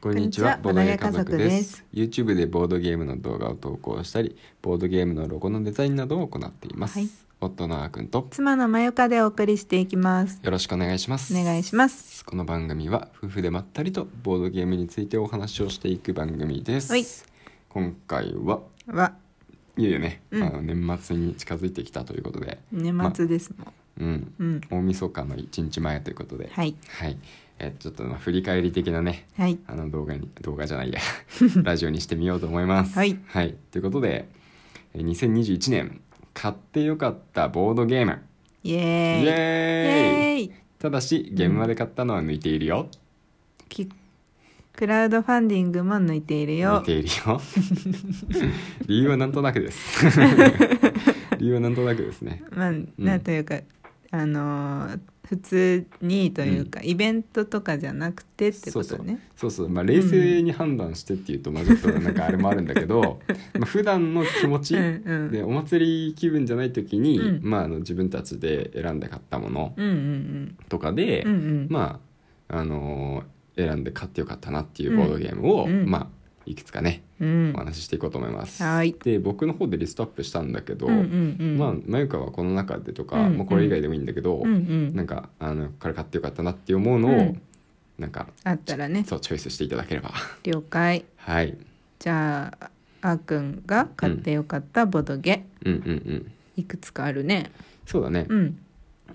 こんにちは、ボードゲー家族ボードゲー家族でですす。YouTube でボードゲームの動画を投稿したり、ボードゲームのロゴのデザインなどを行っています。はい夫のあーくんと妻のまゆかでお送りしていきますよろしくお願いします。お願いしますこの番組は夫婦でまったりとボードゲームについてお話をしていく番組です。はい今回ははいよいよね、うんあの年末に近づいてきたということで、年末ですもん、うん、うん大晦日の一日前ということで、はいはい、えちょっとまあ振り返り的なね、はいあの動画に動画じゃ ないやラジオにしてみようと思います。はいということでえー2021年買ってよかったボードゲームイエイーエーイイイエーイただし現場で買ったのは抜いているよ、きクラウドファンディングも抜いている抜よいている よ理由はなんとなくです理由はなんとなくですねまあ、なんというかあのー普通にというか、イベントとかじゃなくてってことねそうそうまあ冷静に判断してっていうとまあちょっとなんかあれもあるんだけ ど、まあ普段の気持ち、うんうんでお祭り気分じゃない時に、うんまあ、あの自分たちで選んで買ったものうんうんとかで、うんうんうんまああのー選んで買ってよかったなっていうボードゲームを、うんうんまあいくつかねうんお話ししていこうと思います。はいで僕の方でリストアップしたんだけど、うんうんうんまあまゆかはこの中でとか、うんまあ、これ以外でもいいんだけど、うんうんなんかあのこれ買ってよかったなって思うのを、うんなんかあったらねそうチョイスしていただければ 了解はいじゃああーくんが買ってよかったボドゲ、うんうんうんいくつかあるねそうだね、うん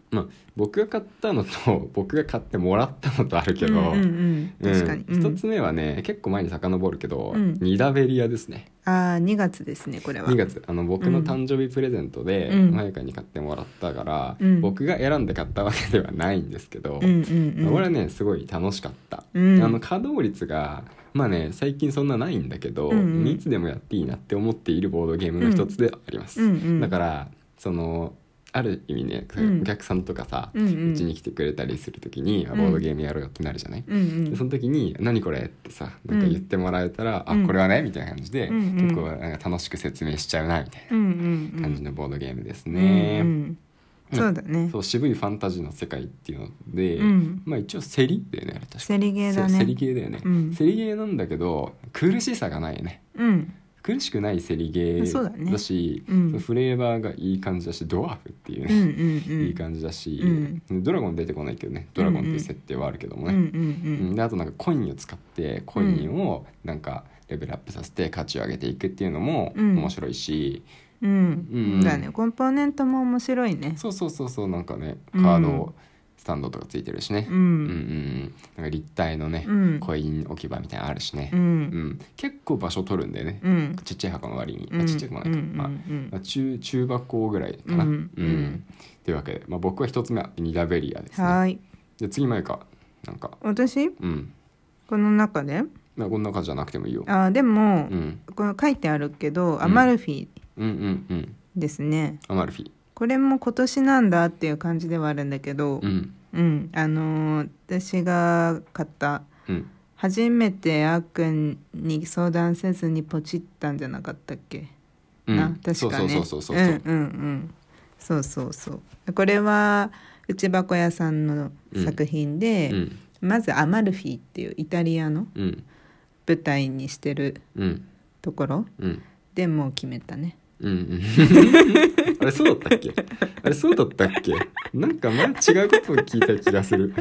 まあ僕が買ったのと 僕が買ってもらったのとあるけど、うんうんうん、確かに、うん一つ目はね結構前に遡るけど、うんニダベリアですねうん、ああ2月ですねこれは2月あの僕の誕生日プレゼントでうんまゆかに買ってもらったから、うん僕が選んで買ったわけではないんですけど、うんうんうん俺はねすごい楽しかった、うんあの稼働率がまあね最近そんなないんだけど、うんうんいつでもやっていいなって思っているボードゲームの一つではあります、うんうんだからそのある意味ねうんお客さんとかさうち、うんうんに来てくれたりする時に、あボードゲームやろうよってなるじゃない、うんうんでその時に「何これ?」ってさなんか言ってもらえたら「うんあこれはね」みたいな感じで、うんうん結構なんか楽しく説明しちゃうなみたいうんうんなうん感じのボードゲームですね。うんうん、そうだねそう渋いファンタジーの世界っていうので、うんまあ一応セリだよねあれ確かセリゲーだねそうセリゲーだよね、うんセリゲーなんだけど苦しさがないよねうん苦しくないセリゲそうだねーだしうんそのフレーバーがいい感じだしドワーフっていううんね、うんうんいい感じだし、うドラゴン出てこないけどねドラゴンっていう設定はあるけどもね、うんうんうんであとなんかコインを使ってコインをなんかレベルアップさせて価値を上げていくっていうのもうん面白いし、うんうんだねコンポーネントも面白いねそうそうそうそうなんかねカうんードスタンドとかついてるしね、ううんうんんなんか立体のね、うんコイン置き場みたいなのあるしねう、んうん結構場所取るんだよね、うんちっちゃい箱の割に、うんあちっちゃくもないか、うんまあうんまあ中中箱ぐらいかな、うんうんというわけで、まあ、僕は一つ目はニダベリアですはねーいで次前かなんか私うんこの中でまあこんな感じじゃなくてもいいよ、あーでも、うん、この書いてあるけど、んアマルフィうんうんうんですねアマルフィこれも今年なんだっていう感じではあるんだけうど、んうんあのー私が買ったうん初めてあーくんに相談せずにポチったんじゃなかったっけ、うんあ確かねそうそうそうそうそううんうんうんそうそうそうこれは内箱屋さんの作品で、うんまずアマルフィっていうイタリアのうん舞台にしてるうんところうんでもう決めたねうんうん、あれそうだったっけあれそうだったっけなんか前違うことを聞いた気がする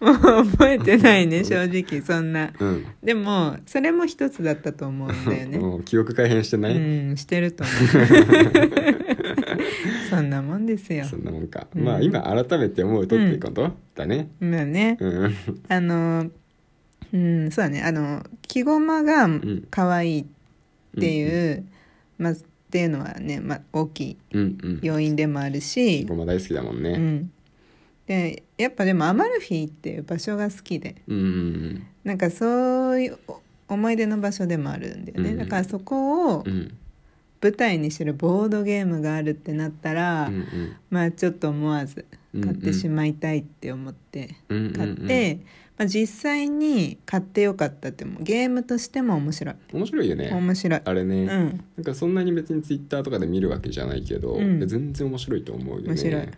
もう覚えてない ね正直そんなうんでもそれも一つだったと思うんだよねもう記憶改変してない、うんしてると思 うそんなもんですよそんなもんか、うんまあ今改めて思うとっていうこと、だねまあねうんあのうんそうだねあの着駒がん可愛いっていう、まあっていうのはね、まあ、大きいうんうん要因でもあるしごま大好きだもんうねん、でやっぱでもアマルフィっていう場所が好きでうんうんなんかそういうお思い出の場所でもあるんだよね、うんだからそこをうんうん舞台にしてるボードゲームがあるってなったら、うんまあちょっと思わずうん買ってしまいたいって思ってうんうん買って、うんまあ、実際に買ってよかったってもゲームとしても面白い面白いよね面白い、あれね、うん、なんかそんなに別にツイッターとかで見るわけじゃないけど、うん全然面白いと思うよね面白い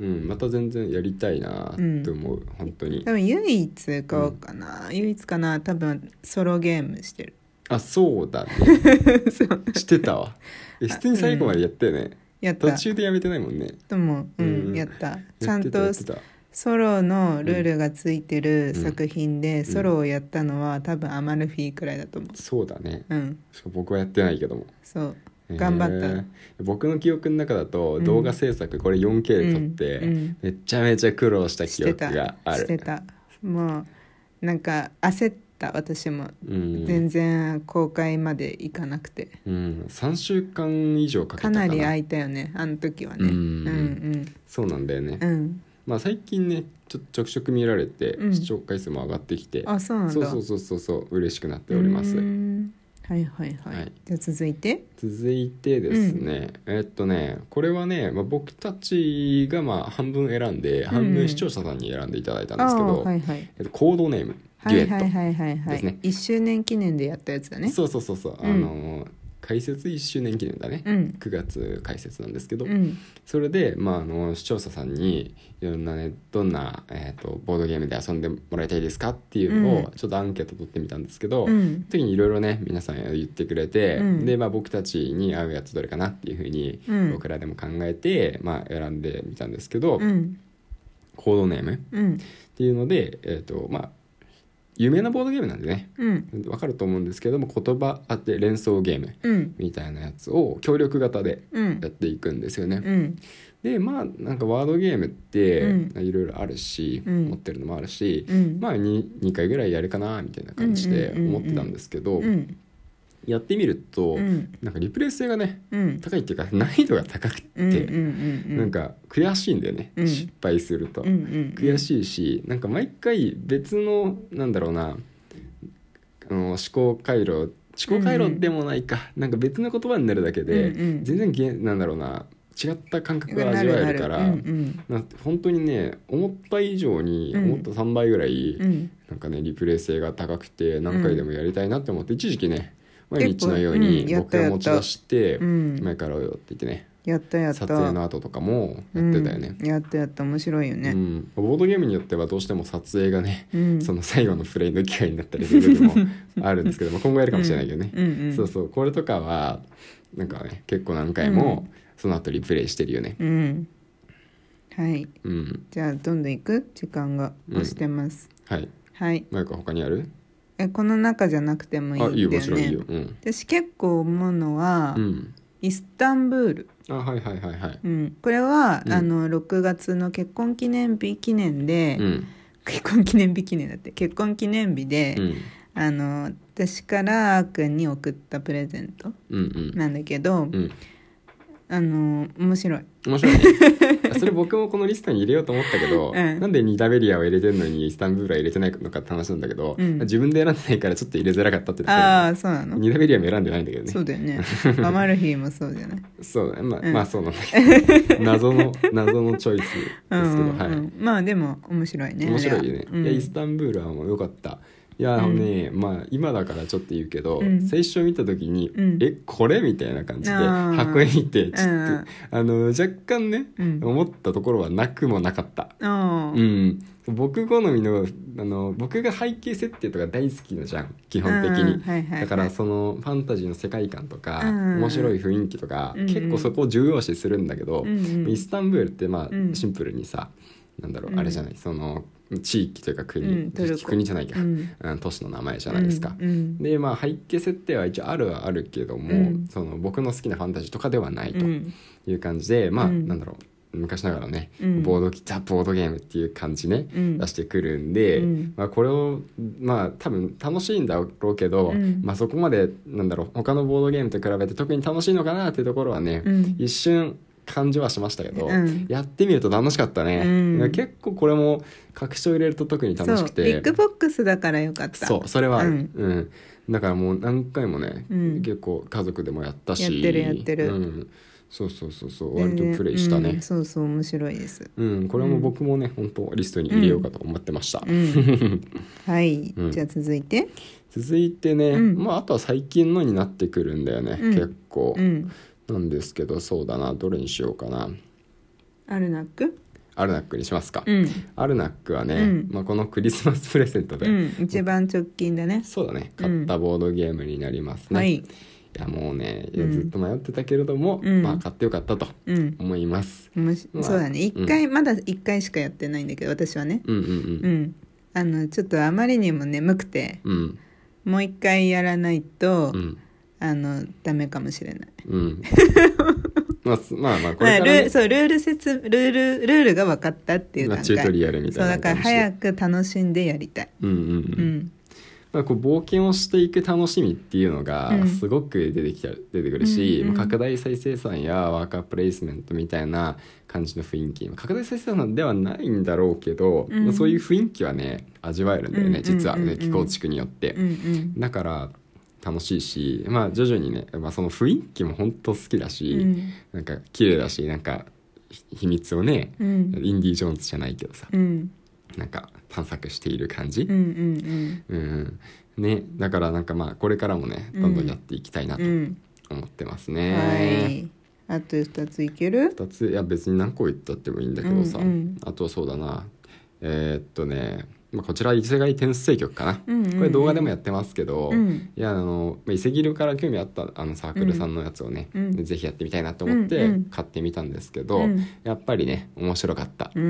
うんまた全然やりたいなって思う、本当に多分唯一買おうかな、唯一かな多分ソロゲームしてるあそうだね そうしてたわえ普通に最後までやったよね、やった途中でやめてないもんねともう、うんうんやったちやゃっんてたとやってたソロのルールがついてる作品で、んソロをやったのは多分アマルフィくらいだと思そうだねううんしかも僕はやってないけどもそう頑張ったへえ僕の記憶の中だとうん動画制作、これ 4K で撮って、うんうんめちゃめちゃ苦労したし記て憶たがあしてるたもうなんか焦った私もうん、全然公開までいかなくて、うん、3週間以上かけかたかななり空いたよねあの時はねうんうんそうなんだよね、うんうんまあ最近ねちょちょくちょく見られて、うん視聴回数も上がってきてあそうなんだそうそうそうそうそう嬉しくなっております、うんはいはいはい、はいじゃあ続いて続いてですね、えっとねこれはね、まあ、僕たちがまあ半分選んで、半分視聴者さんに選んでいただいたんですけあど、ーはいはいえっと、コードネームはデュエいット、はいはいはいはですいね一周年記念でやったやつだねそうそうそうそう、うんあの解説1周年記念だね、うん9月解説なんですけど、うんそれで、まあ、あの視聴者さんにいろんなねどんな、えー、とボードゲームで遊んでもらいたいですかっていうのうをちょっとアンケート取ってみたんですけど、うん時にいろいろね皆さん言ってくれて、うんで、まあ、僕たちに合うやつどれかなっていうふうにうん僕らでも考えて、まあ、選んでみたんですけど、うんコードネームっうんていうので、えーとまあ、有名なボードゲームなんでねうんわかると思うんですけども言葉当て連想ゲームうんみたいなやつを協力型でうんやっていくんですよね。うんでまあなんかワードゲームってういろいろあるし、うん持ってるのもあるし、うんまあ 2, 2回ぐらいやるかなみたいな感じでうんうんうんうん思ってたんですけど、うんやってみると、うんなんかリプレイ性がねうん高いっていうか難易度が高くて、うんうんうんうんなんか悔しいんだよね、うん失敗すると。うんうん悔しいしなんか毎回別のなんだろうなあの思考回路思考回路でもないか、なんか別の言葉になるだけで、うんうん全然げなんだろうな違った感覚がな味るわなえるるからうんな本当にね思った以上にうん思った3倍ぐらい、うんうんなんかねリプレイ性が高くて何回でもやりたいなって思って、一時期ね毎日結構のよううにんやっ僕たが持ち出してうん前からよって言ってねやったやった撮影の後とかもやってたよね。うんやったやった面白いようねん、ボードゲームによってはどうしても撮影がね、うんその最後のプレイの機会になったりする時 もあるんですけど、まあ、今後やるかもしれないけどね、うんうんそうそうこれとかはなんかね結構何回もその後リプレイしてるよねうんはいうんじゃあどんどん行く時間が押してますはいはいマイク他にあるえこの中じゃなくてもいあいいいよんだもちろんよいいねようん、私結構思うのはうん、イスタンブールあはいはいはいはいうんこれはうんあの6月の結婚記念日記念でうん結婚記念日記念だって結婚記念日でうんあの私からあーくんに送ったプレゼントうんうんなんだけど、うんあの面白い面白いね それ僕もこのリストに入れようと思ったけど、うんなんでニダベリアを入れてるのにイスタンブールは入れてないのかって話なんだけど、うん自分で選んでないからちょっと入れづらかったってだけだよねああそうなの、ニダベリアも選んでないんだけどね。そそううだよ ねアマルフィもそうじゃだないね。まあ、うんまあそうなんだけ ど。謎の、謎のチョイスですけど、うんうんはうい。んまあでも面白いね面白いよね。あれはいや、うんイスタンブールはもう良かった。いや、うんね、まあ今だからちょっと言うけど、うん最初見た時に、うんえ、これみたいな感じで、あー箱に見て、ちょっと、うんうんあの、若干ね、うん思ったところはなくもなかった。ああうん。僕好みの、あの、僕が背景設定とか大好きなじゃん、基本的うんに。はいはいはいだからそのファンタジーの世界観とか、うん面白い雰囲気とか、うん結構そこを重要視するんだけど、うんうんイスタンブールってまあ、うんシンプルにさなんだろう、うんあれじゃないその地域というか国、うんトルコ国じゃないか、ううんん都市の名前じゃないですか。うんうんでまあ背景設定は一応あるはあるけども、うんその僕の好きなファンタジーとかではないとうんいう感じで、まあ、うんなんだろう昔ながらね、うんボードザ・ボードゲームっていう感じね、うん出してくるんで、うんまあ、これをまあ多分楽しいんだろうけど、うんまあ、そこまでなんだろう他のボードゲームと比べて特に楽しいのかなっていうところはね、うん一瞬感じはしましたけど、うんやってみると楽しかったね、うんいや結構これも拡張入れると特に楽しくそうビてッグボックスだからよかったそうそれはある、ううんんだからもう何回もね、うん結構家族でもやったしやってるやってるうん、そうそうそうそう割全と然プレイしたね、うんそうそう面白いですうん、これも僕もね、本当リストに入れようかと思ってました、うん はい、うんじゃあ続いて続いてね、うんまああとは最近のになってくるんだよね、うん結構、うんなんですけどそうだなどれにしようかなアルナックアルナックにしますか、うん、アルナックはね、うんまあ、このクリスマスプレゼントで、うん、一番直近だねそうだねう買んったボードゲームになりますね、はいい、やもうねいやうんずっと迷ってたけれども、うんまあ買ってよかったとうん思います、もしまあそうだねうん一回、まだ一回しかやってないんだけど私はねうん、うんううんんあのちょっとあまりにも眠くてうんもう一回やらないと、うんあのダメかもしれないうん まあすまあまあこまあれから、ねルーそうルール説ルールルールが分かったっていうま段あ、階チュートリアルみそたういだなから感じで早く楽しんでやりたい、うんうんううんんまあ、こう冒険をしていく楽しみっていうのがうんすごく出てきた、出てくるし、うんうんまあ、拡大再生産やワーカープレイスメントみたいな感じの雰囲気まあ拡大再生産ではないんだろうけど、うんまあ、そういう雰囲気はね味わえるんだよね、うん実は、うんうんね、うん気候地区によって、うんうんだから楽しいし、まあ、徐々にね、まあ、その雰囲気も本当好きだし、うんなんか綺麗だしなんかひ秘密をねうんインディ・ジョーンズじゃないけどさうんなんか探索している感じ、うんうんうんね、だからなんかまあこれからもねうんどんどんやっていきたいなうんとうん思ってますはね。いあと2ついける二ついや別に何個言ったってもいいんだけどさ、うんうんあとそうだなえーっとね、まあ、こちら異世界転生局かな、うんうんうんこれ動画でもやってますけど、うんいやあのまあ伊勢ギルから興味あったあのサークルさんのやつをね、うんぜひやってみたいなと思っうてんうん買ってみたんですけど、うんやっぱりね面白かった、うん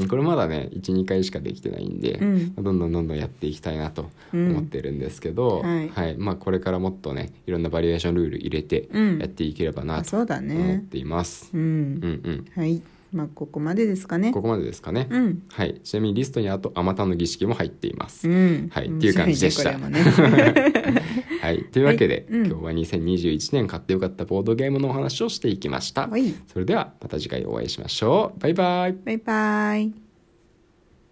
うんこれまだね12回しかできてないんで、うんどんどんどんどんやっていきたいなとうん思ってるんですけど、はいまあ、これからもっとねいろんなバリエーションルール入れてうんやっていければなあとそうだ思っねています。うん、うんうん、はいまあここまでですかねここまでですかね、うんはい、ちなみにリストにあと「あまたの儀式」も入っています。うんはいっていう感じでした面白いねこれもねはい、というわけで、はいうん今日は2021年買ってよかったボードゲームのお話をしていきました。はいそれではまた次回お会いしましょう。バイバイバイバイ